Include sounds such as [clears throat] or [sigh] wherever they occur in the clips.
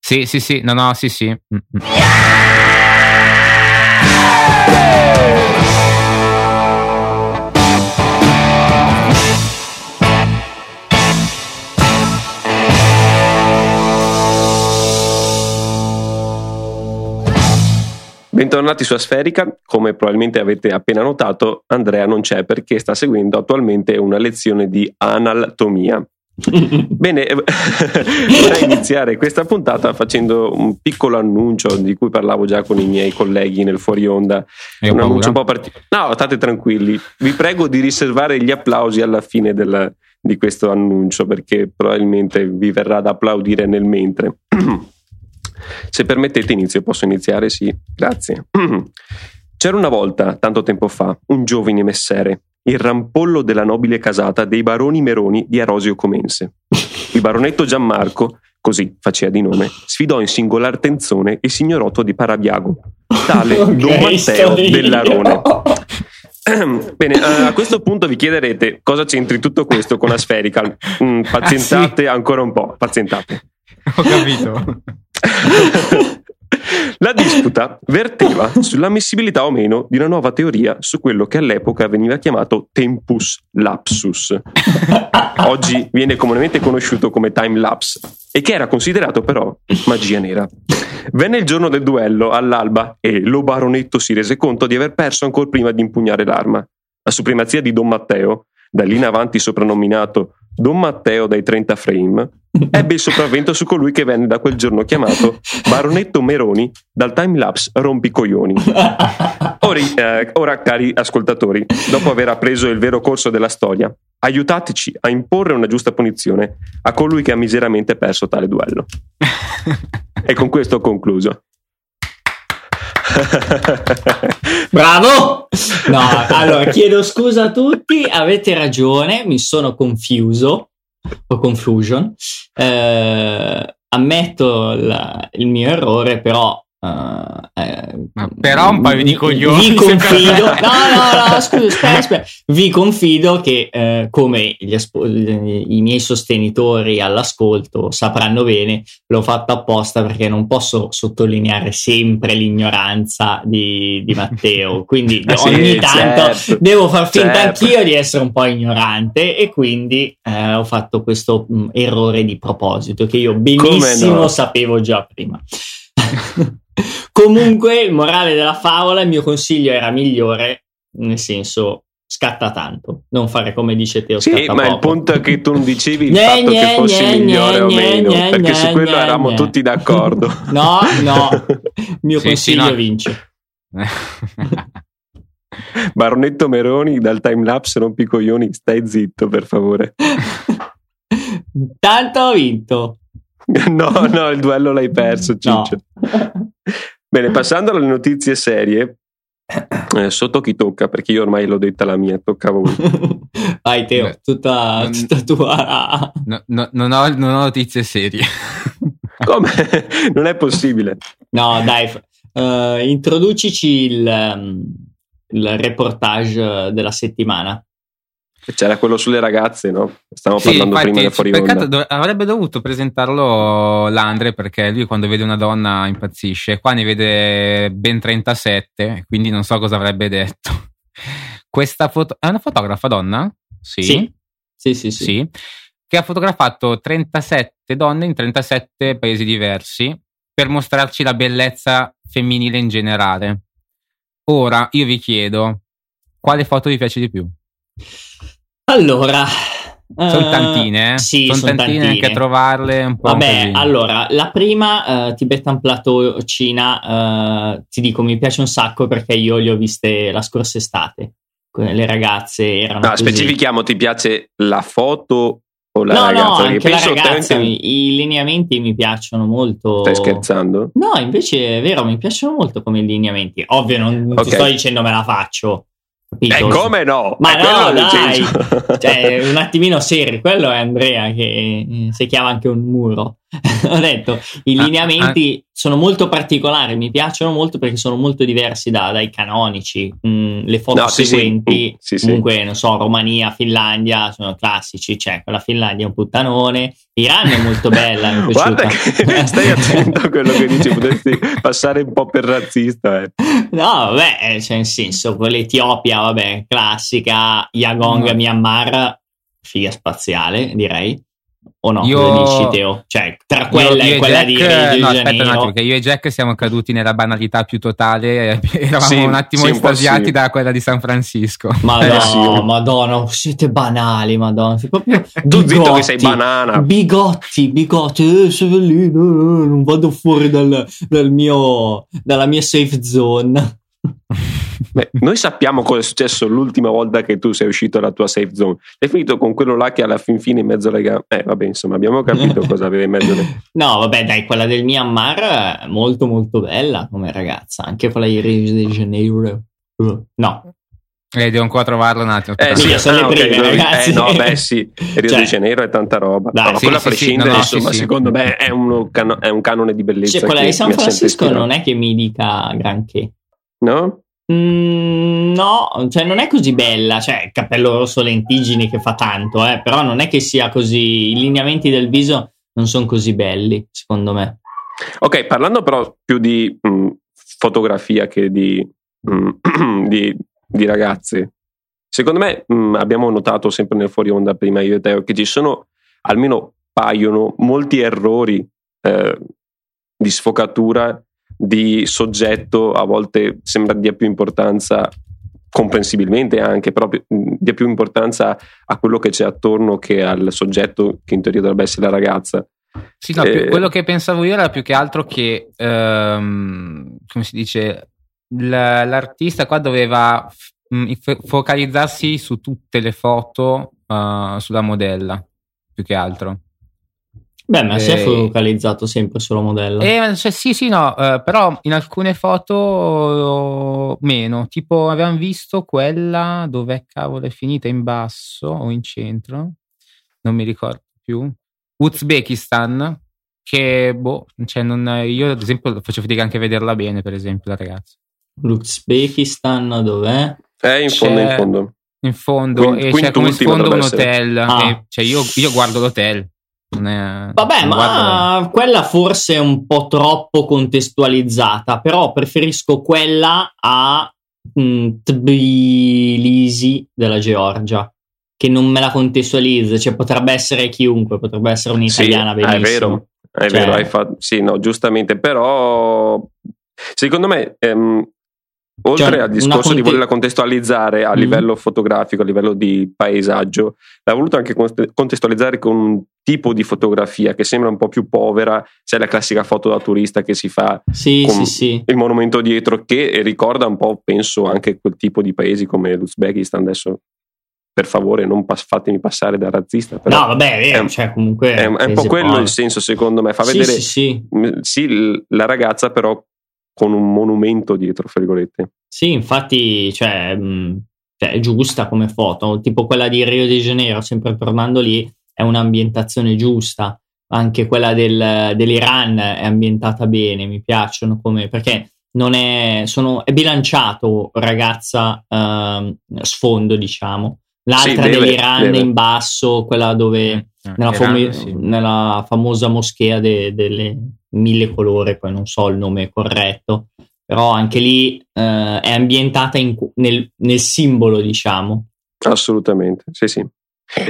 Sì, sì, sì, no, no, sì, sì. Mm, mm. Bentornati su Asferica, come probabilmente avete appena notato, Andrea non c'è perché sta seguendo attualmente una lezione di [laughs] analtomia. Bene, eh, [laughs] vorrei iniziare questa puntata facendo un piccolo annuncio di cui parlavo già con i miei colleghi nel fuori onda. E ho un annuncio paura. un po' particolare. No, state tranquilli. Vi prego di riservare gli applausi alla fine del- di questo annuncio perché probabilmente vi verrà da applaudire nel mentre. [clears throat] Se permettete inizio, posso iniziare? Sì, grazie. [clears throat] C'era una volta, tanto tempo fa, un giovine messere, il rampollo della nobile casata dei baroni Meroni di Arosio Comense. Il baronetto Gianmarco, così faceva di nome, sfidò in singolar tenzone il signorotto di Parabiago, tale [laughs] Ok, Don Matteo sto [laughs] dell'Arone. ridendo. [clears throat] Bene, a questo punto vi chiederete cosa c'entri tutto questo con [laughs] Aspherical. Mm, Ah, pazientate ancora un po', pazientate. Ho [laughs] capito. La disputa verteva sull'ammissibilità o meno di una nuova teoria su quello che all'epoca veniva chiamato tempus lapsus, oggi viene comunemente conosciuto come time lapse e che era considerato però magia nera. Venne il giorno del duello all'alba e lo baronetto si rese conto di aver perso ancora prima di impugnare l'arma. La supremazia di Don Matteo, da lì in avanti soprannominato Don Matteo dai 30 frame, ebbe il sopravvento su colui che venne da quel giorno chiamato Baronetto Meroni dal time lapse rompicoglioni. Ora, eh, ora, cari ascoltatori, dopo aver appreso il vero corso della storia, aiutateci a imporre una giusta punizione a colui che ha miseramente perso tale duello. E con questo ho concluso. Bravo! No, allora chiedo scusa a tutti, avete ragione, mi sono confuso o confusion. Eh, ammetto la- il mio errore, però. eh, eh, Ma però un paio di vi- coglioni, [laughs] Vi confido, secondo me. no, no, no, scusa, aspetta, aspetta. Vi confido che, eh, come gli aspo- i miei sostenitori all'ascolto sapranno bene, l'ho fatto apposta perché non posso sottolineare sempre l'ignoranza di, [laughs] di Matteo. Quindi Eh sì, ogni tanto certo. devo far finta Certo. anch'io di essere un po' ignorante e quindi eh, ho fatto questo mh, errore di proposito che io benissimo Come no? sapevo già prima. [laughs] Comunque, il morale della favola, il mio consiglio era migliore, nel senso scatta tanto, non fare come dice Teo Sì, scatta ma il poco. punto è che tu non [laughs] dicevi il Gne, fatto gne, che fossi gne, migliore o gne, meno, gne, perché gne, su quello gne, eravamo gne. tutti d'accordo. [laughs] No, [laughs] no, il mio Sì, sì, consiglio no. vince. [laughs] Baronetto Meroni dal time lapse rompicoglioni, stai zitto per favore. Tanto ho vinto. [laughs] No, no, il duello l'hai perso, No. Ciccio. Bene, passando alle notizie [coughs] serie, eh, sotto chi tocca, perché io ormai l'ho detta la mia, tocca a [laughs] voi. [laughs] Vai Teo, Beh, tutta, non- tutta tua... [laughs] No, no, non, ho, non ho notizie serie. Come? Non è possibile. No, dai, f- eh, introducici il, ehm, il reportage della settimana. C'era quello sulle ragazze, no? Stavamo Sì, parlando infatti, prima del c- fuori onda. peccato, dov- avrebbe dovuto presentarlo Landre perché lui quando vede una donna impazzisce. Qua ne vede ben 37, quindi non so cosa avrebbe detto. Questa foto è una fotografa donna? Sì. Sì, sì, sì. sì, che ha fotografato 37 donne in 37 paesi diversi per mostrarci la bellezza femminile in generale. Ora io vi chiedo quale foto vi piace di più? Allora... Sono eh, tantine, eh? Sì, sono son tantine, anche a trovarle è un po'. un Vabbè, casino. allora, la prima, eh, Tibetan Plateau Cina, eh, ti dico, mi piace un sacco perché io le ho viste la scorsa estate. Que- Le ragazze erano No, così. specifichiamo, ti piace la foto o la no, ragazza? no, Perché anche la penso te ragazza, anche- i, i lineamenti mi piacciono molto. Stai scherzando? No, invece è vero, mi piacciono molto come lineamenti. Ovvio, non, non ti Ok. sto dicendo me la faccio. Capito? E Eh, come no? Ma È no, quello il dai! senso. [laughs] [laughs] Cioè, un attimino seri, quello è Andrea che eh, si chiama anche un muro. [laughs] ho detto, i Ah, lineamenti sono molto particolari, mi piacciono molto perché sono molto diversi da- dai canonici. Mm, le foto No, sì, sì. seguenti, Mm, sì, sì. comunque, non so, Romania, Finlandia, sono classici. Cioè, la Finlandia è un puttanone. L'Iran è molto bella, mi [laughs] è Guarda piaciuta. [laughs] che stai attento a quello che dici, potresti passare un po' per razzista. eh. No, beh, cioè, nel senso, con l'Etiopia, vabbè, classica, Yagong, No. Myanmar, figa spaziale, direi. O no, Io- cosa dici Teo? Cioè, tra quella Io- io e quella di Rio de no, aspetta un Janeiro. attimo, che io e Jack siamo caduti nella banalità più totale. [laughs] eh, Eravamo Sì, un attimo sì, un po' estasiati sì. da quella di San Francisco. Madonna, Eh, sì. madonna, siete banali, madonna. Siete proprio Tu bigotti. zitto che sei banana. Bigotti, bigotti, eh, sono lì, eh, eh, non vado fuori dal, dal mio, dalla mia safe zone. [laughs] Beh, noi sappiamo cosa è successo l'ultima volta che tu sei uscito dalla tua safe zone. Hai finito con quello là che alla fin fine in mezzo alle gambe. Eh, vabbè, insomma, abbiamo [laughs] capito cosa aveva in mezzo alle No, vabbè, dai, quella del Myanmar è molto molto bella come ragazza, anche quella di Rio de Janeiro. Uh, No, Eh, devo ancora trovarlo un Eh, attimo. aspetta. Eh, sì, Minchia, sono le ok, prime, dove- ragazzi. Eh, no, beh, sì, Rio Cioè- de Janeiro è tanta roba. Dai, no, sì, quella a sì, sì, prescindere, no, no, sì, insomma, sì. secondo me è, uno cano- è un canone di bellezza. cioè, quella che di San mi ha sempre Francisco ispirato. non è che mi dica granché. No? Mm, no, cioè non è così bella, cioè il cappello rosso lentigini che fa tanto, eh, però non è che sia così, i lineamenti del viso non sono così belli, secondo me. Ok, parlando però più di mh, fotografia che di, mh, [clears throat] di, di ragazze, secondo me mh, abbiamo notato sempre nel fuori onda prima io e Teo che ci sono almeno paiono molti errori eh, di sfocatura di soggetto, a volte sembra dia più importanza comprensibilmente anche, proprio mh, dia più importanza a quello che c'è attorno che al soggetto che in teoria dovrebbe essere la ragazza. Sì, no, più- Eh. quello che pensavo io era più che altro che, ehm, come si dice, l- l'artista qua doveva f- mh, f- focalizzarsi su tutte le foto eh, sulla modella, più che altro. Beh, ma si è Eh. focalizzato sempre sulla modella. E, cioè, sì, sì, no, eh, però in alcune foto eh, meno, tipo avevamo visto quella dove cavolo è finita in basso o in centro, non mi ricordo più, Uzbekistan, che boh, cioè non- io ad esempio faccio fatica anche a vederla bene, per esempio, la ragazza. L'Uzbekistan dov'è? È Eh, in fondo, in C'è- fondo. In fondo, Quin- e c'è quinto come ultimo sfondo un dovrebbe essere. hotel, Ah. e- cioè io, io guardo l'hotel. non è- Vabbè, non guardo- ma quella forse è un po' troppo contestualizzata, però preferisco quella a mm, Tbilisi della Georgia, che non me la contestualizza, cioè potrebbe essere chiunque, potrebbe essere un'italiana Sì, benissimo. È vero, è Cioè- vero, hai fatto- sì, no, giustamente, però secondo me ehm, oltre Cioè, al una discorso di conte- volerla contestualizzare a Mm. livello fotografico, a livello di paesaggio, l'ha voluto anche conte- contestualizzare con un tipo di fotografia che sembra un po' più povera, c'è la classica foto da turista che si fa Sì, Con- sì, sì. il monumento dietro che ricorda un po' penso anche quel tipo di paesi come l'Uzbekistan adesso per favore non pas- fatemi passare da razzista però No, vabbè, è vero, è- cioè comunque... è, è un po' paese quello povero. il senso secondo me fa Sì, vedere sì, sì. mh, sì, l- la ragazza però con un monumento dietro fra virgolette Sì, infatti, cioè, mh, cioè, è giusta come foto, tipo quella di Rio de Janeiro, sempre tornando lì, è un'ambientazione giusta. Anche quella del- dell'Iran è ambientata bene, mi piacciono come perché non è, sono, è bilanciato ragazza ehm, sfondo, diciamo. L'altra Sì, deve- dell'Iran deve. in basso, quella dove nella, Iran, fami- Eh, sì. nella famosa moschea de- delle mille colore, poi non so il nome corretto, però anche lì eh, è ambientata in cu- nel, nel simbolo, diciamo. assolutamente sì sì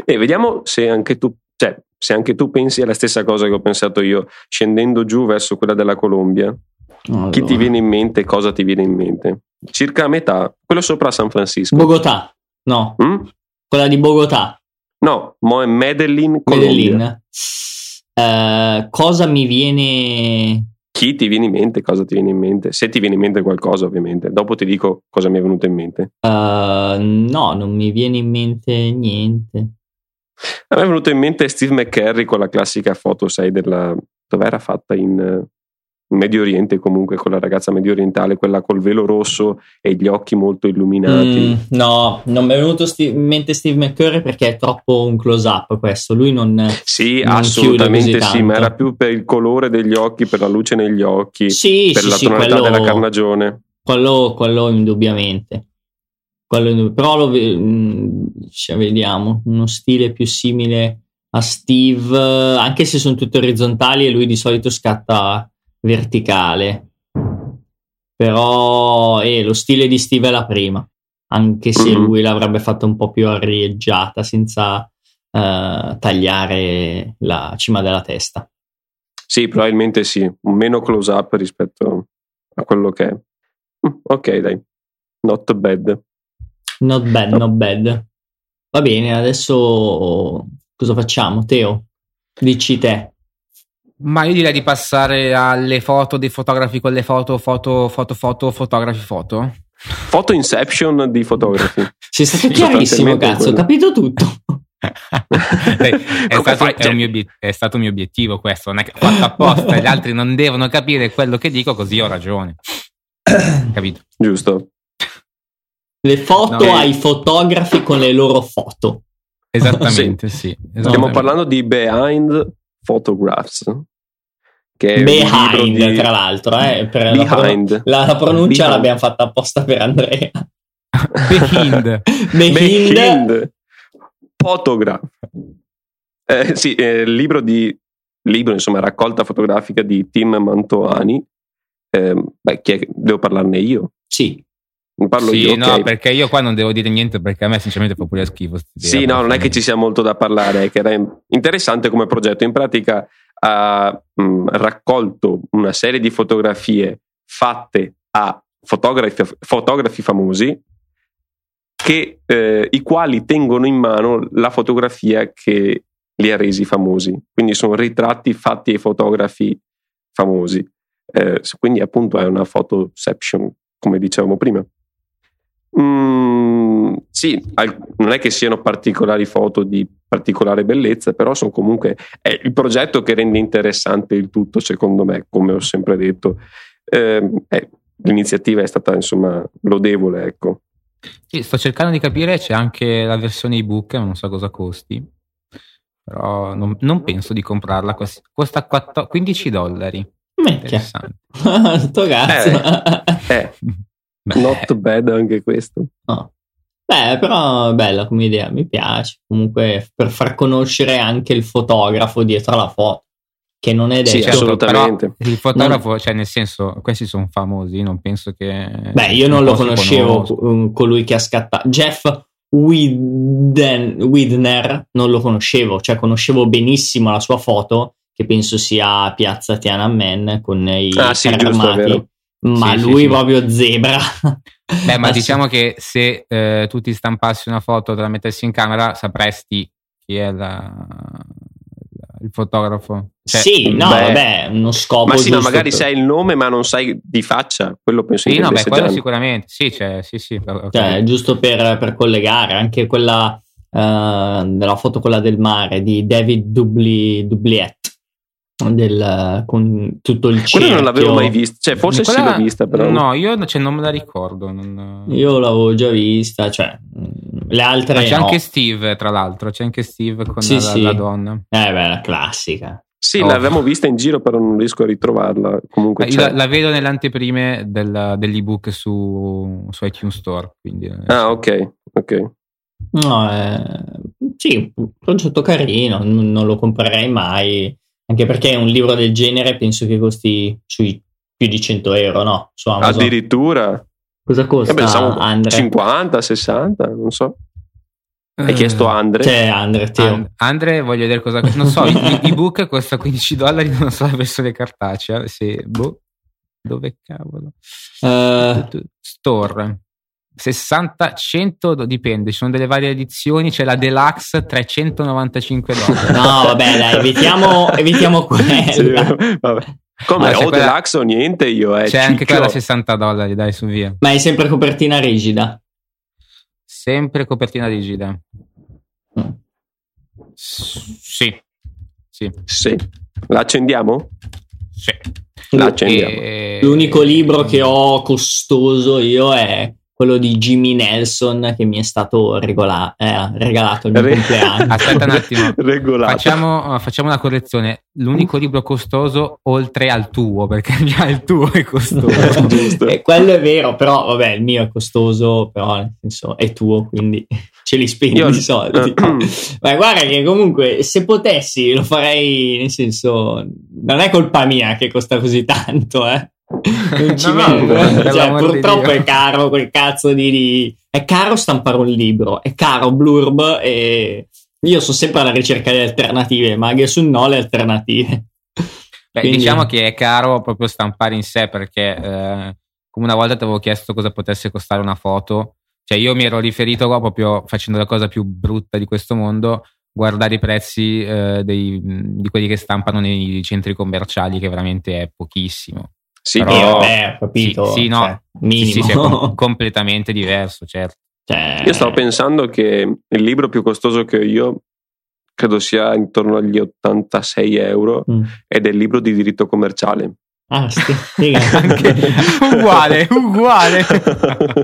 e vediamo se anche tu cioè se anche tu pensi alla stessa cosa che ho pensato io scendendo giù verso quella della Colombia chi ti Allora. viene in mente e cosa ti viene in mente circa a metà quello sopra San Francisco Bogotà, no, Mm? quella di Bogotà, no mo è Medellin Colombia Medellin. Eh, cosa mi viene... chi ti viene in mente cosa ti viene in mente se ti viene in mente qualcosa ovviamente dopo ti dico cosa mi è venuto in mente eh, no, non mi viene in mente niente. A me è venuto in mente Steve McCurry con la classica foto, sai, della... dov'era fatta in, in Medio Oriente comunque con la ragazza medio orientale, quella col velo rosso e gli occhi molto illuminati. Mm, no, non mi è venuto sti- in mente Steve McCurry perché è troppo un close up questo. Lui non. Sì, Non chiude assolutamente così sì, ma tanto. era più per il colore degli occhi, per la luce negli occhi, Sì, per sì, la sì, tonalità quello, della carnagione. quello, quello indubbiamente. Quello indub- però lo ve- mh, cioè, vediamo uno stile più simile a Steve, eh, anche se sono tutti orizzontali e lui di solito scatta verticale. Però eh, lo stile di Steve è la prima, anche se Mhm. lui l'avrebbe fatta un po' più arieggiata senza eh, tagliare la cima della testa. Sì, probabilmente sì, meno close up rispetto a quello che è. Mm, Ok, dai, not bad. Not bad, not bad. Va bene, adesso cosa facciamo, Teo? Dici te. Ma io direi di passare alle foto dei fotografi con le foto, foto, foto, foto, fotografi, [laughs] foto. Foto Inception di fotografi. [laughs] Sei stato Sì, chiarissimo, sostanzialmente cazzo, ho quello. capito tutto. Dai, è, Come stato, fai? è un mio obiet- è stato un mio obiettivo questo, non è che ho fatto apposta, gli altri non devono capire quello che dico, così ho [coughs] ragione. Capito? Giusto. Le foto eh. No. ai fotografi con le loro foto. Esattamente, sì. Stiamo eh. esattamente. parlando di Behind Photographs, che è un libro Behind, di- tra l'altro, eh, per la pro- Behind. La, la pronuncia Behind. l'abbiamo fatta apposta per Andrea. Behind. Behind. Behind Photograph. Eh, sì, eh, il libro di libro, insomma, raccolta fotografica di Tim Mantoani. Eh, beh, chi è che- devo parlarne io? Sì, Ne [laughs] Parlo sì, io, ok. no, perché io qua non devo dire niente perché a me sinceramente fa pure schifo. Sì, no, non è che ci sia molto da parlare, è che era interessante come progetto. In pratica ha mh, raccolto una serie di fotografie fatte a fotografi, fotografi famosi che, eh, i quali tengono in mano la fotografia che li ha resi famosi. Quindi sono ritratti fatti ai fotografi famosi. Eh, quindi appunto è una photoception, come dicevamo prima. Mm, sì, al- non è che siano particolari foto di particolare bellezza, però sono comunque è il progetto che rende interessante il tutto, secondo me, come ho sempre detto. Ehm, eh, l'iniziativa è stata insomma lodevole, ecco. Sì, sto cercando di capire, c'è anche la versione ebook, ma non so cosa costi. Però non, non penso di comprarla, cos- costa 4 15 dollari. Cioè, minchia. Interessante. [laughs] Cioè, Sto cazzo. Eh, Beh, not bad anche questo. No. Ah. Beh, però è bella come idea, mi piace. Comunque, per far conoscere anche il fotografo dietro alla foto, che non è Sì, detto. certo, assolutamente. però Il fotografo, cioè nel senso, questi sono famosi, non penso che... Beh, io non lo si conoscevo conosca. um, colui che ha scattato. Jeff Widen- Widner non lo conoscevo, cioè conoscevo benissimo la sua foto, che penso sia a Piazza Tiananmen con i Ah, sì, carri giusto, è armati. vero. Ma Sì, sì, lui sì. proprio zebra. Beh, [laughs] ma Assu- diciamo che se eh, tu ti stampassi una foto e te la mettessi in camera, sapresti chi è la- la- il fotografo. Cioè, sì, no, beh. vabbè, uno scopo Ma sì, ma giusto magari per- sai il nome, ma non sai di faccia, quello penso Sì, che no, beh, avesse quello già. sicuramente. Sì, c'è, sì, sì. ho Cioè, capito. giusto per, per collegare anche quella eh, della foto quella del mare di David Dubli, Dubliet del, eh, con tutto il Quello cerchio non l'avevo mai visto, cioè forse Quella- sì l'ho vista, però No, io cioè, non me la ricordo. non- io l'avevo già vista cioè mh, le altre Ma c'è no. anche Steve, tra l'altro. C'è anche Steve con Sì, la, sì. la donna. Ecco, eh beh la classica Sì, No. l'avevamo vista in giro, però non riesco a ritrovarla. Comunque, Eh, io c'è. la, la vedo nelle anteprime del- dell'ebook su, su iTunes Store. Quindi, eh, Ah, ok, ok. no eh, sì un progetto carino non, non lo comprerei mai anche perché un libro del genere penso che costi sui più di 100 euro no su Amazon Addirittura Eh cosa costa Io pensavo Andre 50, 60, non so. eh, Hai chiesto a Andre? Cioè, Andre Teo And- Andre, voglio vedere cosa. Non so, i- i- ebook costa 15 dollari, non so la versione cartacea. Se, boh, dove cavolo? Eh, Store 60, 100, do- dipende. Ci sono delle varie edizioni. C'è la deluxe 395 dollari. No, vabbè, [laughs] dai, evitiamo- evitiamo quella. Sì, [laughs] vabbè. Come Allora, c'è o quella- Deluxe o niente io, eh. C'è anche ciccio. quella a 60 dollari, dai, su via. ma è sempre copertina rigida. Sempre copertina rigida. Mm. S- sì, sì, Sì. La accendiamo? sì. la accendiamo. eh, E- L'unico Eh, libro mm. che ho costoso io è quello di Jimmy Nelson che mi è stato regola- eh, regalato il mio Re- Ah, compleanno. [laughs] Aspetta un attimo. Regolata. Facciamo, ah, facciamo una correzione. L'unico libro costoso oltre al tuo, perché già il tuo è costoso. Giusto. Eh, quello è vero, però vabbè, il mio è costoso, però nel senso, è tuo, quindi [laughs] ce li spendi Io- i soldi. [clears throat] Ma guarda che comunque se potessi lo farei, nel senso, non è colpa mia che costa così tanto, eh. [laughs] [laughs] Non [laughs] ci No, no, vengo, per eh. Cioè, l'amor di purtroppo Dio. è caro quel cazzo di, di- È caro stampare un libro, è caro Blurb e io sono sempre alla ricerca di alternative, ma anche su no le alternative. Beh, Quindi- Diciamo che è caro proprio stampare in sé perché, eh, come una volta ti avevo chiesto cosa potesse costare una foto, cioè io mi ero riferito qua proprio facendo la cosa più brutta di questo mondo, guardare i prezzi eh, dei- di quelli che stampano nei centri commerciali, che veramente è pochissimo. Sì, Però- Eh, io- vabbè, ho capito. Sì, sì, no. cioè, Sì, minimo. sì, sì, [laughs] è com- completamente diverso, certo. Cioè, Io stavo pensando che il libro più costoso che ho io credo sia intorno agli 86 euro Mm. ed è il libro di diritto commerciale. Ah, sti- figa. [laughs] [laughs] Anche- uguale, uguale.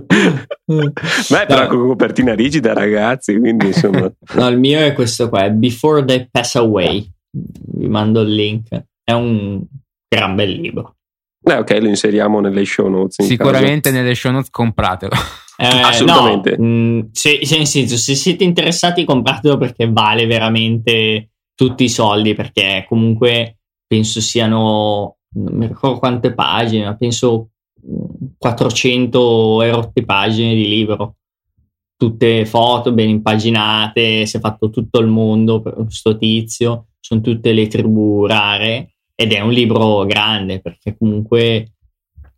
[laughs] Beh, però No. con copertina rigida, ragazzi, quindi [laughs] insomma. No, il mio è questo qua, è Before They Pass Away. Vi mando il link. È un gran bel libro. Eh, ok, lo inseriamo nelle show notes. in Sicuramente nelle show notes compratelo. Eh, Assolutamente. no, mm, se, se- nel senso, se siete interessati, compratelo perché vale veramente tutti i soldi. Perché comunque penso siano, non mi ricordo quante pagine, ma penso mm, 400 e rotti pagine di libro. Tutte foto ben impaginate, si è fatto tutto il mondo per questo tizio, sono tutte le tribù rare ed è un libro grande perché comunque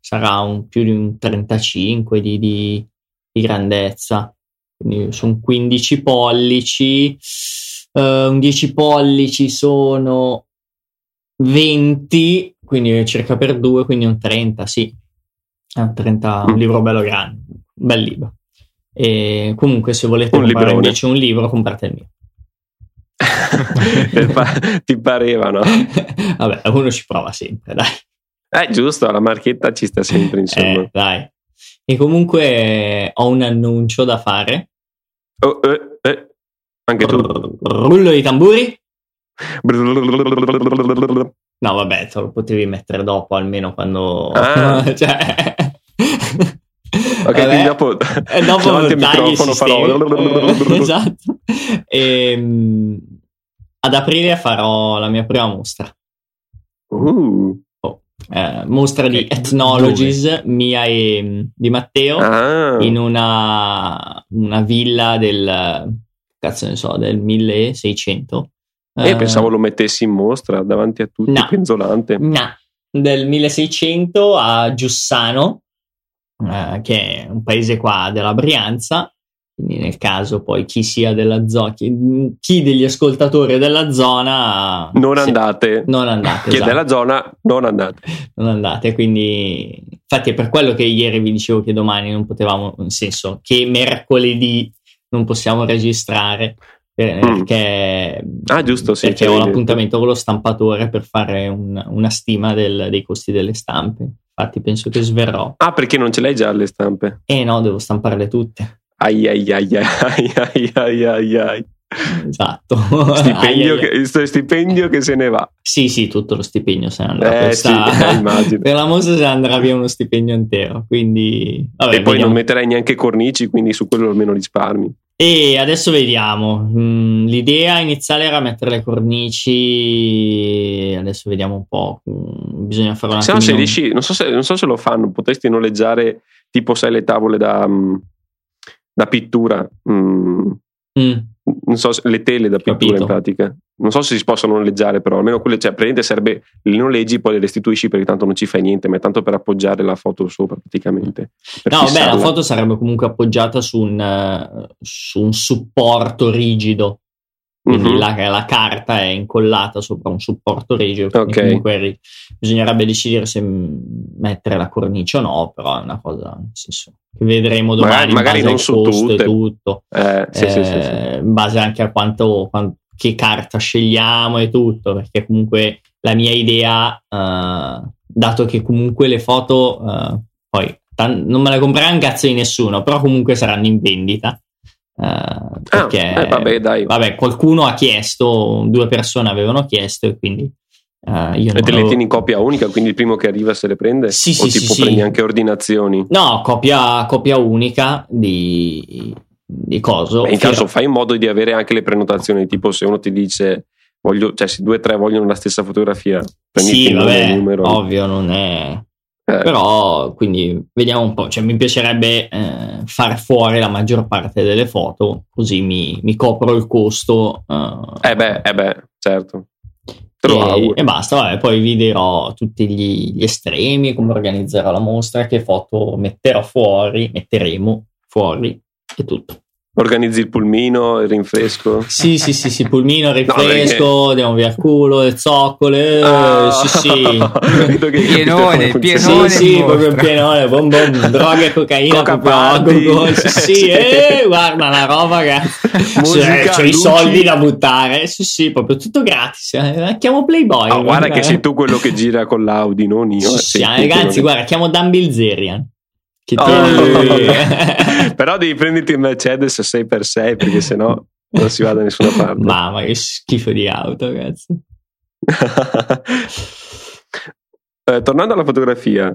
sarà un, più di un 35 di- di, di grandezza. Quindi sono 15 pollici, eh, un 10 pollici sono 20, quindi circa per 2, quindi un 30, sì. È un, 30, Mm. un libro bello grande, un bel libro. E comunque se volete Un comprare librone. invece un libro, comprate il mio. [laughs] [laughs] Te pa- Ti pareva, no? Vabbè, uno ci prova sempre, dai. Eh, giusto, la marchetta ci sta sempre, insomma. Eh, dai. E comunque eh, ho un annuncio da fare. Oh, eh, eh. Anche tu. Rullo di tamburi? No, vabbè, te lo potevi mettere dopo almeno quando. Ah. [laughs] cioè... Ok, Vabbè. quindi dopo, E dopo davanti al tagli i microfono sistemi. Eh, farò. [laughs] esatto. Ehm, ad aprile farò la mia prima mostra. Uh, Eh, mostra di Ok, Ethnologies mia e mm, di Matteo ah, in una, una villa del cazzo ne so, del 1600. eh, Eh, pensavo lo mettessi in mostra davanti a tutti, no. penzolante. No, del 1600 a Giussano, Mm. eh, che è un paese qua della Brianza. Quindi, nel caso poi chi sia della zona, chi, chi degli ascoltatori è della zona, Non se- andate. Non andate, Chi è esatto, della zona, non andate. non andate. Quindi, infatti, è per quello che ieri vi dicevo che domani non potevamo, nel senso che mercoledì non possiamo registrare. eh, Mm. Perché, Ah, giusto, sì, perché ce ho l'hai l'appuntamento con lo stampatore per fare un- una stima del- dei costi delle stampe. Infatti, penso che sverrò. Ah, perché non ce l'hai già le stampe? Eh no, devo stamparle tutte. [laughs] Ai ai ai ai ai ai ai ai. Esatto. Stipendio [laughs] Ai, ai, che, ai. sto stipendio che se ne va. Sì, sì, tutto lo stipendio se ne andrà. Eh, sì, Questa- [laughs] eh, [laughs] immagino. per la mostra se ne andrà via uno stipendio intero. Quindi, vabbè, e poi vediamo. non metterai neanche cornici, quindi su quello almeno risparmi. E adesso vediamo. Mm, l'idea iniziale era mettere le cornici. Adesso vediamo un po'. Mm, bisogna fare una Se no, se riesci, non so se, non so se lo fanno, potresti noleggiare tipo, sai, le tavole da, mm, da pittura. mm, non so, se- le tele da pittura Capito. in pratica. Non so se si possono noleggiare, però almeno quelle, cioè, praticamente serve le noleggi, poi le restituisci perché tanto non ci fai niente, ma è tanto per appoggiare la foto sopra praticamente. per No, beh, la fissarla. foto sarebbe comunque appoggiata su un, eh, su un supporto rigido. Quindi Mhm. la, la carta è incollata sopra un supporto rigido. quindi Ok. Comunque ri- bisognerebbe decidere se mm, mettere la cornice o no, però è una cosa nel senso, che vedremo domani. Magari- in magari base non al su costo e tutte. tutto. Eh, sì, sì, sì, sì. eh, in base anche a quanto, quan- che carta scegliamo e tutto, perché comunque la mia idea eh, dato che comunque le foto eh, poi tan- non me la comprerà un cazzo di nessuno, però comunque saranno in vendita. eh, Ah, perché eh, vabbè, dai. vabbè, qualcuno ha chiesto, due persone avevano chiesto e quindi eh, io E non te le avevo- tieni in copia unica, quindi il primo che arriva se le prende? Sì, o sì, sì, Oh, tipo sì. prendi anche ordinazioni? No, copia, copia unica di, di coso. Beh, in Fir- caso fai in modo di avere anche le prenotazioni, tipo se uno ti dice voglio, cioè se due o tre vogliono la stessa fotografia, prendi sì, il nome, vabbè, il numero. ovvio, non è... Eh, Però, quindi, vediamo un po'. Cioè, mi piacerebbe eh, far fuori la maggior parte delle foto, così mi, mi copro il costo. eh, eh beh, eh beh, certo. Te lo e, auguro. e basta, vabbè, poi vi dirò tutti gli, gli estremi, come organizzerò la mostra, che foto metterò fuori, metteremo fuori e tutto. Organizzi il pulmino, il [laughs] rinfresco. Sì, sì, sì, sì, pulmino, rinfresco, No, andiamo via al culo, le zoccole, eh, Ah, sì, sì. [laughs] vedo che capite Pienone, come funziona. pienone. Sì, sì, dimostra. proprio il pienone, bom bom, droga e cocaina, Coca proprio a party. gogol, sì, sì, [laughs] Sì. eh, guarda la roba che Musica, cioè, c'ho i luci. soldi da buttare, sì, sì, proprio tutto gratis, eh, chiamo Playboy. Ah, guarda che eh. sei tu quello che gira con l'Audi, non io. Sì, eh, sì, sei ah, tu quello ragazzi, che- guarda, chiamo Dan Bilzerian. Che Oh. te- Però devi prenderti il Mercedes 6x6 [laughs] perché [laughs] sennò non si va da nessuna parte. Mamma, che schifo di auto, ragazzi. Eh, tornando alla fotografia,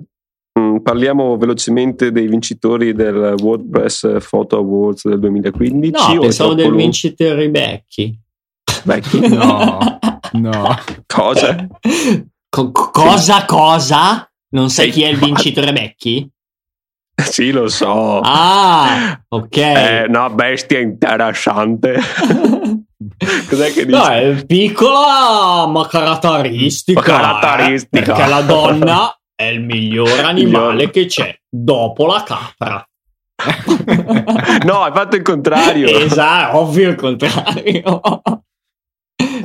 mm, parliamo velocemente dei vincitori del WordPress Photo Awards del 2015. No, o è pensavo troppo del lungo? vincitore Becchi. Vecchi. No, [laughs] [laughs] no. Cosa? Co- co- cosa, cosa? Non sai Sei chi è il pazzo. vincitore Becchi? sì, lo so. Ah, ok. È una Eh, bestia [laughs] interessante. Cos'è che dici? No, è piccola ma caratteristica. Ma caratteristica. eh, perché la donna è il miglior animale Miglior. che c'è dopo la capra. No, hai fatto il contrario. Esatto, ovvio [laughs] il contrario.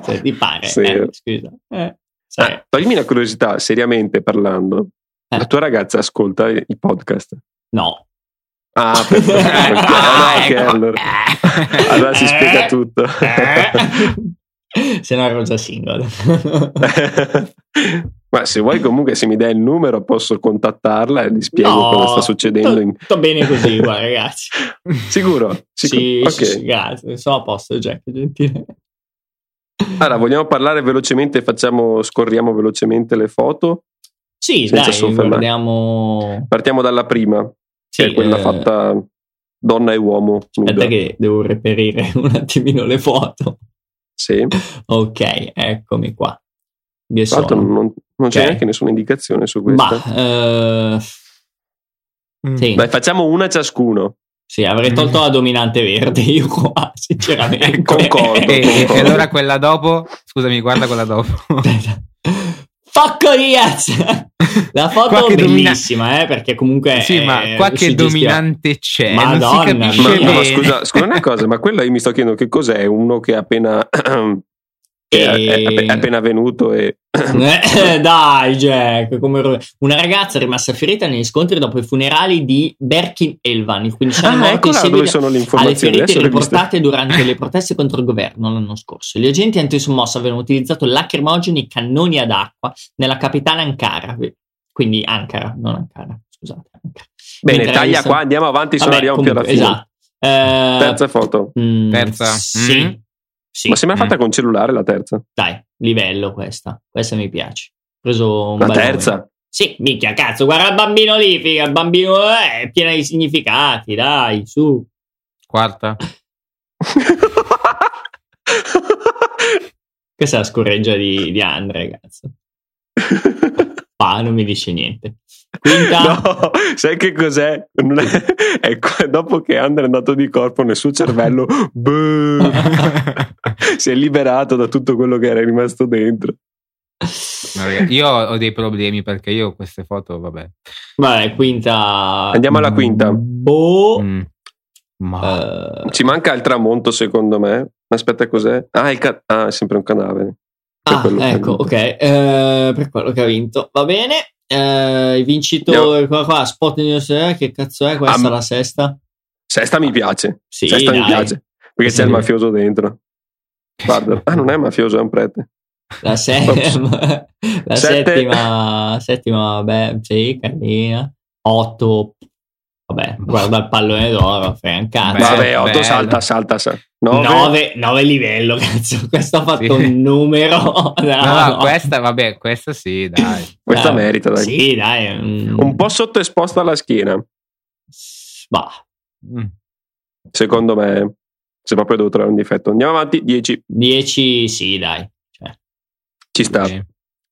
Se ti pare, Sì. eh, scusa. Eh, sai, Ah, toglimi una curiosità, seriamente parlando. Eh. La tua ragazza ascolta i podcast. No. [laughs] Ah, perfetto. perché- Ah, ah, ok, ecco. allora. [laughs] Allora si Eh, spiega tutto. eh. [laughs] Se no ero già single. Eh. Ma se vuoi, comunque, se mi dai il numero, posso contattarla e gli spiego cosa sta succedendo. [laughs] in- Sto [laughs] bene così, guarda, ragazzi. Sicuro? Sì, Sicuro? sì, Ok. sì, grazie. Sono a posto, Jack, gentile. Allora, vogliamo parlare velocemente? Facciamo, scorriamo velocemente le foto. Sì, Senza dai, soffermare. guardiamo... Partiamo dalla prima, Sì, che è Cioè, quella eh, fatta donna e uomo. Aspetta nuda. che devo reperire [laughs] un attimino le foto. Sì. Ok, eccomi qua. Vi Tra l'altro, sono. non, non c'è Ok. neanche nessuna indicazione su questa. Ma, eh, sì, Dai, facciamo una ciascuno. sì, avrei tolto la dominante verde [laughs] io qua, sinceramente. Eh, [laughs] Concordo. E, e- e allora quella dopo, scusami, guarda quella dopo. Aspetta. Facco Diaz! [laughs] La foto è Qualche domina- bellissima, eh, perché comunque... sì, è ma qua che suggestiva. dominante c'è. Madonna non si Ma, capisce mia. no, ma bene. scusa, scusa una cosa, ma quella io mi sto chiedendo che cos'è? Uno che è appena, [clears throat] che è- è- è appena venuto e [clears throat] Eh, [laughs] Dai, Jack, come ro- una ragazza è rimasta ferita negli scontri dopo i funerali di Berkin Elvan, il 15 Ah, morto in eccola dove seguito sono le alle informazioni. ferite Adesso le ho viste. riportate durante le proteste contro il governo l'anno scorso. Gli agenti antisommossa avevano utilizzato lacrimogeni e cannoni ad acqua nella capitale Ankara, quindi Ankara, non Ankara, scusate. Ankara. Bene, Mentre taglia gli- qua, andiamo avanti, se no Vabbè, arriviamo più alla comunque, fine. Esatto. Eh, Terza foto. mm, Terza. Sì. Mm. sì. Ma sembra Mm. fatta con cellulare la terza. Dai, livello questa. Questa mi piace. Ho preso un La bel terza? nome. [laughs] Sì, minchia, cazzo, guarda il bambino lì, figa, il bambino eh, è pieno di significati, dai, su. Quarta. Questa è la scorreggia di, di Andre, cazzo. Ah, non mi dice niente. Quinta? [laughs] No, sai che cos'è? Non è- è que- dopo che Andrea è andato di corpo nel suo cervello beh, si è liberato da tutto quello che era rimasto dentro. No, raga, io ho dei problemi perché io queste foto, vabbè. Vabbè, quinta. Andiamo alla quinta. Boh. Mm. Ma Eh, Ci manca il tramonto, secondo me. Aspetta, cos'è? Ah, il ca- ah, è sempre un cadavere. Per ah, quello che ha ecco, vinto. ok. eh, per quello che ha vinto. Va bene. eh, I vincitori, qua, qua, Spot News, eh, che cazzo è questa? Am- la sesta? Sesta mi piace. Sì, Sesta mi dai. piace. Perché Sì. c'è il mafioso dentro. Guarda. Ah, non è mafioso, è un prete. La, se- [laughs] Sette. la settima, settima, beh, sì, carina. Otto, vabbè, guarda il pallone d'oro, fai Bello, un cazzo. Vabbè, 8 bello. salta, salta, salta. 9. Nove, nove livello, cazzo. [laughs] Questo ha fatto Sì. [laughs] un numero. della No, no, Madonna. questa, vabbè, questa sì, dai. Questa Eh, merita, dai. Sì, dai. Un, Un po' sottoesposta alla schiena, Bah, Mm. secondo me. Se proprio devo trovare un difetto. Andiamo avanti, 10. 10, sì, dai. Cioè, Ci sta, Sì.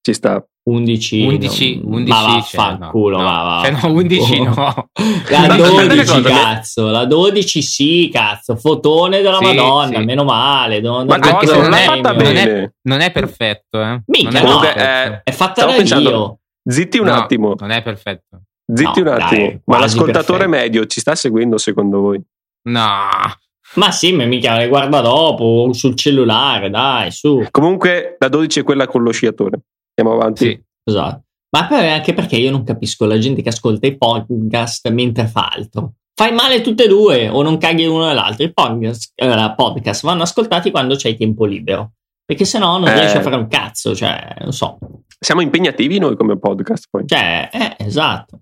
ci sta. 11. 11, non- 11 Ma cioè, vaffanculo, no, va, Boh. va. Cioè, no, 11 no. [laughs] [laughs] La Tanto, guardate 12, cosa, le- cazzo, la 12 sì, cazzo, fotone della Sì, Madonna, sì. meno male. non- Ma non- anche cosa, se non non l'ha è- fatta non è- bene. Non è perfetto, eh. Minchia, non è no. perfetto. Comunque, È fatta Stavo da pensando- Dio. Zitti un No, attimo, Non è perfetto. zitti No, un dai, attimo. Ma quasi l'ascoltatore perfetto. medio ci sta seguendo secondo voi? No. Ma sì, ma mica le guarda dopo, sul cellulare, dai, su. Comunque la 12 è quella con lo sciatore. Andiamo avanti. Sì. Esatto. Ma poi anche perché io non capisco la gente che ascolta i podcast mentre fa altro. Fai male tutte e due o non caghi uno all'altro. I podcast, eh, podcast vanno ascoltati quando c'hai tempo libero. Perché sennò non Eh. riesci a fare un cazzo, cioè, non so. Siamo impegnativi noi come podcast poi. Cioè, eh, esatto.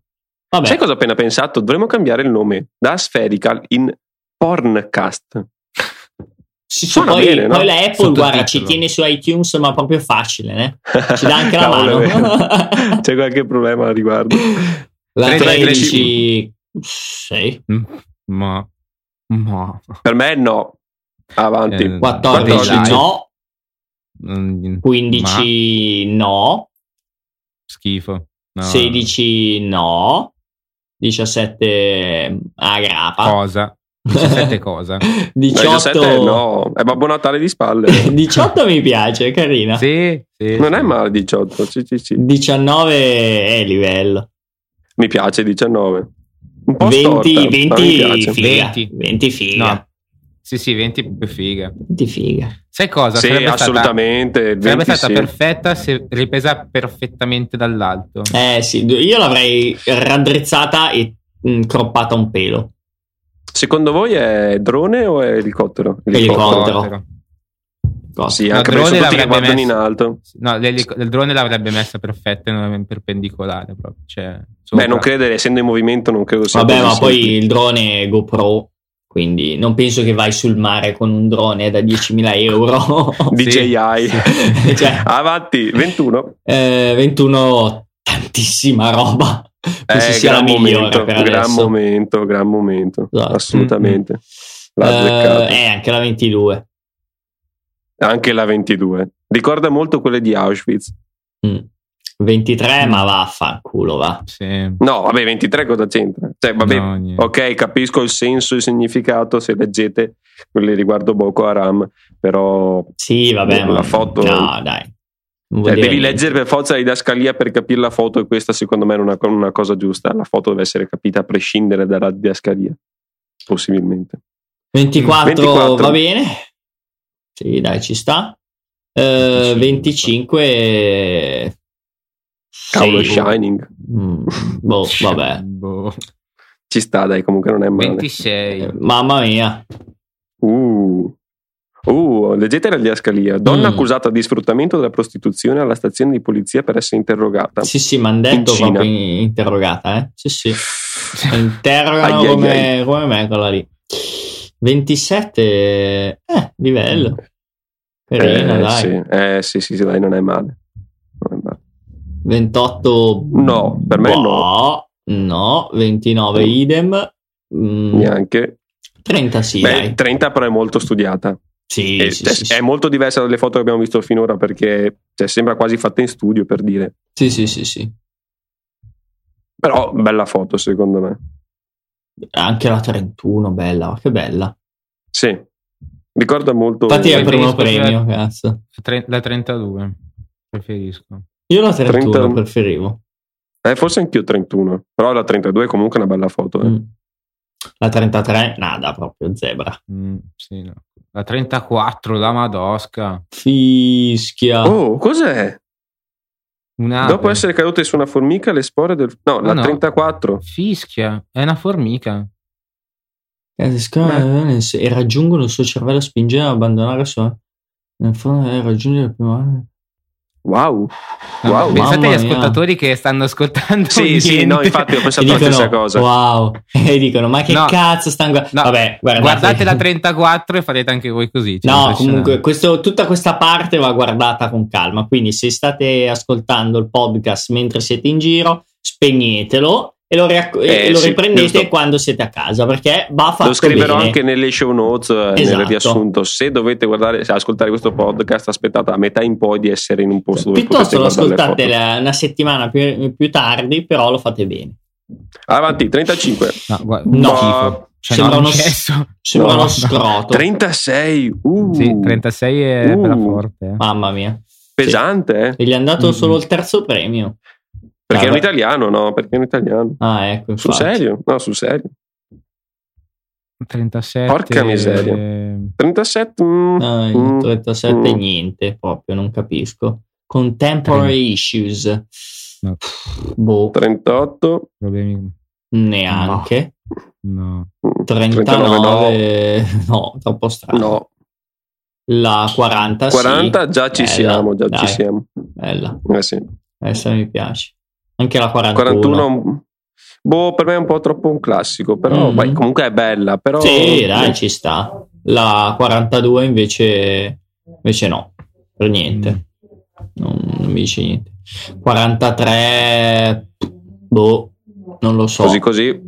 Vabbè. Sai cosa ho appena pensato? Dovremmo cambiare il nome da Spherical in Porncast. Sì, sì, Suona poi, bene, no? poi la Apple, Sottotitolo. guarda, ci tiene su iTunes, ma proprio facile, [laughs] eh? Ci dà anche la Cavolo, mano. è vero. [laughs] C'è qualche problema a riguardo. La Tre, tre, tre, 13... Sì. Mm. Ma ma Per me no. Avanti. Eh, 14 dai. no, Mm, 15 no, schifo. No. 16 no, 17 a grappa, cosa? [laughs] 17 Oh, cosa? 18, 17 no. È Babbo Natale di [laughs] spalle. 18 mi piace, è carina, Sì, sì. Ah. Non è sì. male 18. Sì, sì, sì. 19 è livello, Mi piace 19. Un po' 20, storta, ma mi 20 piace. figa, 20. 20 figa, No. Sì, sì, 20 più figa. 20 figa. Sai cosa? Sì, Sarebbe stata- assolutamente. Sarebbe 20 stata sì. perfetta se ripresa perfettamente dall'alto. Eh sì, io l'avrei raddrizzata e mh, croppata un pelo. Secondo voi è drone o è elicottero? Elicottero. Cosa? Sì, No, anche drone perché sono tutti che l'avrebbe guardano in messo. alto. No, l'elico- il drone l'avrebbe messa perfetta in perpendicolare proprio. Cioè, sopra. Beh, non credere, essendo in movimento, non credo sia Vabbè, così ma poi semplice. il drone è GoPro, quindi non penso che vai sul mare con un drone da 10.000 [laughs] euro. [laughs] DJI. [laughs] Cioè, Avanti, 21. eh, 21, tantissima roba. Penso Eh, sia la gran migliore momento, per gran adesso. momento, gran momento. Esatto. Assolutamente. L'ha Eh, azzeccato. eh, anche la 22. Anche la 22. Ricorda molto quelle di Auschwitz. Mm. 23, Mm. ma vaffanculo, va. Sì. No, vabbè, 23 cosa c'entra? Cioè, vabbè, No, niente. ok, capisco il senso, il significato, se leggete quelli riguardo Boko Haram, però cioè, Sì, vabbè. La ma- foto- No, dai. Non vuol Cioè, dire devi niente. leggere per forza la didascalia per capire la foto e questa secondo me non è una, una cosa giusta. La foto deve essere capita a prescindere dalla didascalia, possibilmente. 24, 24. va bene. Sì, dai, ci sta. Eh, 25 Cavolo, sì. Shining. Mm, [laughs] boh, vabbè. Boh. Ci sta, dai, comunque non è male. 26. Eh, Mamma mia. Uh. Uh, leggete la didascalia. Donna Mm. accusata di sfruttamento della prostituzione alla stazione di polizia per essere interrogata. Sì, sì, mi hanno detto In Cina. proprio in- interrogata, eh. [laughs] Sì, sì. Eh, Ai, Interrogano ai, come, come me quella lì. 27 eh, livello. Carina, Mm. eh, dai. sì. Eh, sì, sì, sì, dai, non è male. Non è male. 28 No, per me boh, no. 29 idem. Mm, Neanche. 30 sì, Beh, dai. 30 però è molto studiata. Sì, Eh, sì, cioè, sì, sì. è molto diversa dalle foto che abbiamo visto finora perché cioè, sembra quasi fatta in studio per dire Sì, sì, sì, sì. però bella foto secondo me Anche la 31, bella, che bella. sì ricorda molto Infatti è il primo preferisco premio, quella- cazzo. Tre- La 32. Preferisco. Io la 31 31. preferivo. eh, forse anch'io 31 però la 32 è comunque una bella foto eh. Mm. La 33, nada, proprio zebra. Mm, sì, no. La 34, la Madosca. Fischia. oh cos'è? Una Ah, dopo essere cadute su una formica le spore del no la No, no. 34 Fischia, è una formica. Eh, si chiama- E raggiungono eh, il suo cervello spingendo ad abbandonare il suo... Nel fondo è raggiungere il primo anno. Wow, wow. Mamma Pensate agli mia. ascoltatori che stanno ascoltando. Sì, sì, niente. no, infatti ho pensato E la dicono, stessa cosa. Wow, [laughs] e dicono: Ma che No. cazzo stanno guardando? No, Vabbè, guardate. guardate [laughs] la 34 e farete anche voi così. cioè, Eh, No, impressionante. comunque questo- tutta questa parte va guardata con calma, quindi se state ascoltando il podcast mentre siete in giro, spegnetelo e lo, riac- e Eh, lo sì, riprendete giusto. quando siete a casa, perché va fatto Lo scriverò bene. anche nelle show notes, eh, Esatto. nel riassunto. Se dovete guardare, se ascoltare questo podcast, aspettate a metà in poi di essere in un posto dove Piuttosto lo potete guardare ascoltate le foto. la- una settimana più, più tardi, però lo fate bene. Avanti, 35, No, guarda, No. schifo. Cioè, Sembra no, uno adesso- Sembra No, uno no. scroto. 36, uh, Sì, 36 è Uh. bella forte. eh. Mamma mia. pesante, eh? E gli è andato Mm. solo il terzo premio. perché è un vabbè. italiano, no? Perché è un italiano. Ah, ecco. Sul infatti. serio? No, sul serio. 37. Porca miseria. eh, 37, mm, Ah, il mm, 37 mm. niente, proprio non capisco. Contemporary issues. No. Boh, 38, problemi- neanche. No. mm, 39, 39, [laughs] no, troppo strano. no. La 40, 40, Ah, sì. già ci Bella, siamo, già ci dai. siamo. Bella, Eh sì. questa mi piace. Anche la 41. 41 un- boh per me è un po' troppo un classico però Mm. beh, comunque è bella però Sì, dai, ci sta. La 42 invece, invece no, per niente. Non, non mi dice niente. 43, boh, non lo so. così così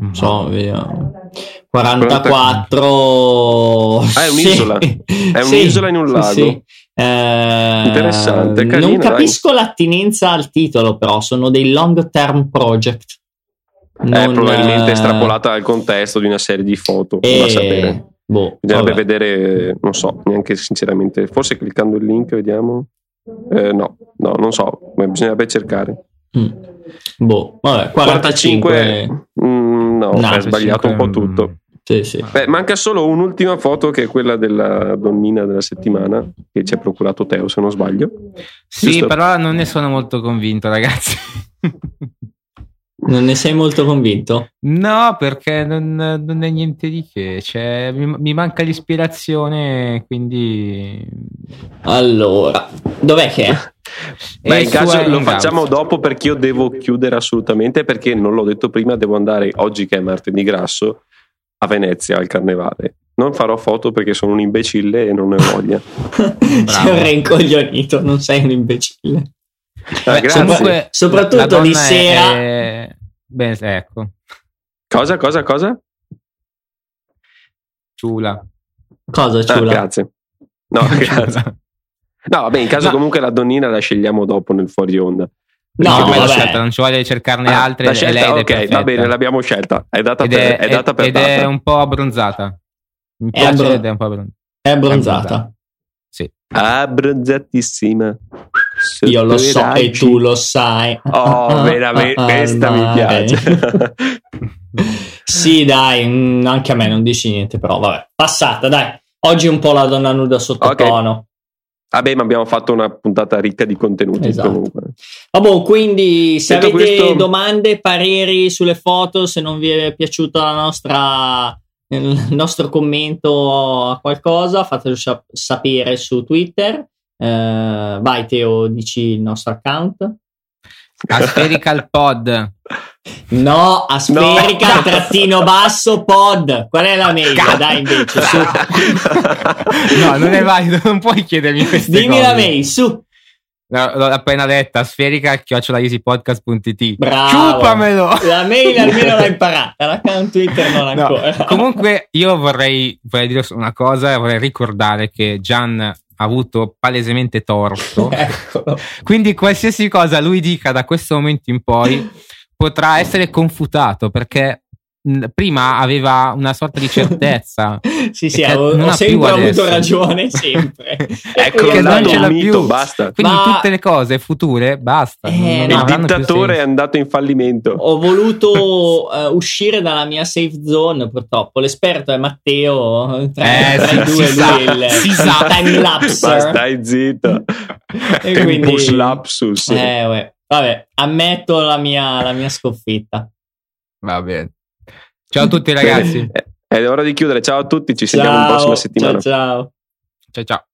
Non so, vediamo. 44 Ah, è un'isola. Sì. È Sì, un'isola in un sì, lago. sì. Eh, Interessante, carina, non dai. capisco l'attinenza al titolo, però sono dei long term project. è Non, probabilmente eh, estrapolata dal contesto di una serie di foto da e- sapere Boh, bisognerebbe vabbè. vedere non so neanche sinceramente forse cliccando il link vediamo Eh, no no non so ma bisognerebbe cercare Mm. Boh, vabbè, 45. 45 mm, no, No, è sbagliato un po' mm, tutto eh, Sì, sì. Beh, manca solo un'ultima foto che è quella della donnina della settimana che ci ha procurato Teo se non sbaglio Sì, Giusto. però non ne sono molto convinto, ragazzi. [laughs] Non ne sei molto convinto? No, perché non, non è niente di che, cioè, mi, mi manca l'ispirazione, quindi... Allora, dov'è che è? [laughs] Beh, E in su caso lo Hangout. facciamo dopo perché io devo chiudere assolutamente perché non l'ho detto prima, devo andare oggi che è martedì grasso a Venezia al carnevale. Non farò foto perché sono un imbecille e non ne [laughs] ho voglia. sei un rincoglionito, non sei un imbecille. Ah, Beh, grazie. comunque, Soprattutto la donna di è- sera. è- Beh, ecco, Cosa, cosa, cosa? Ah, ciula. [laughs] Cosa Ah, ciula? grazie. No, grazie. No, vabbè, in caso No. comunque la donnina la scegliamo dopo nel fuori onda. No, Perché poi la vabbè. scelta, non ci vuole cercarne Ah, altre. la e scelta, lei ed è ok, va perfetta. bene, l'abbiamo scelta. È data Ed per, è, data per ed data. è un po' abbronzata. Mi È piace abbron- ed è un po' abbronzata. È bronzata. Sì. Abbronzatissima. Io lo so Sotto i e tu lo sai. [laughs] Oh, veramente, Ah, questa mi dai. piace. [laughs] [laughs] sì, dai, mm, anche a me non dici niente, però vabbè. Passata, dai. Oggi un po' la donna nuda sottotono. Vabbè, ma abbiamo fatto una puntata ricca di contenuti Esatto. comunque. Vabbè, boh, quindi se Detto avete questo- domande, pareri sulle foto, se non vi è piaciuto la nostra, il nostro commento a qualcosa, fatelo sa- sapere su Twitter. Eh, vai Teo, dici il nostro account. Aspherical Pod. No, asferica trattino basso pod. Qual è la mail? Cazzo. Dai invece, su. No, non è valido, non puoi chiedermi [laughs] queste Dimmi cose. la mail, su. No, L'ho appena letta, sferica chiocciolaeasypodcast.it. Bravo. Ciupamelo! La [laughs] mail almeno l'ha imparata, l'account Twitter non No, ancora. [laughs] Comunque, io vorrei, vorrei dire una cosa, vorrei ricordare che Gian ha avuto palesemente [laughs] torto. Eh. Eccolo. Quindi, qualsiasi cosa lui dica da questo momento in poi [laughs] potrà essere confutato perché mh, prima aveva una sorta di certezza. [laughs] Sì, sì, Perché ho, non ho ha sempre più avuto adesso. [laughs] ragione, sempre. Ecco, Eccolo, Che è non nato ce l'ha un mito, più. basta. Quindi Ma- tutte le cose future basta. Eh, non no. Il avranno più dittatore è senso. andato in fallimento. Ho voluto eh, uscire dalla mia safe zone, purtroppo. L'esperto è Matteo, tra, Eh, tra si- i due, si lui sa, è [laughs] il, si il sa. time Ma lapser. stai zitto. E Tempus quindi- lapsus. Eh, uè. Vabbè, ammetto la mia, la mia sconfitta. Va bene. Ciao a [laughs] tutti, ragazzi. [laughs] Bene, È è ora di chiudere. Ciao a tutti, ci sentiamo la Ciao, prossima settimana. ciao, ciao. ciao ciao.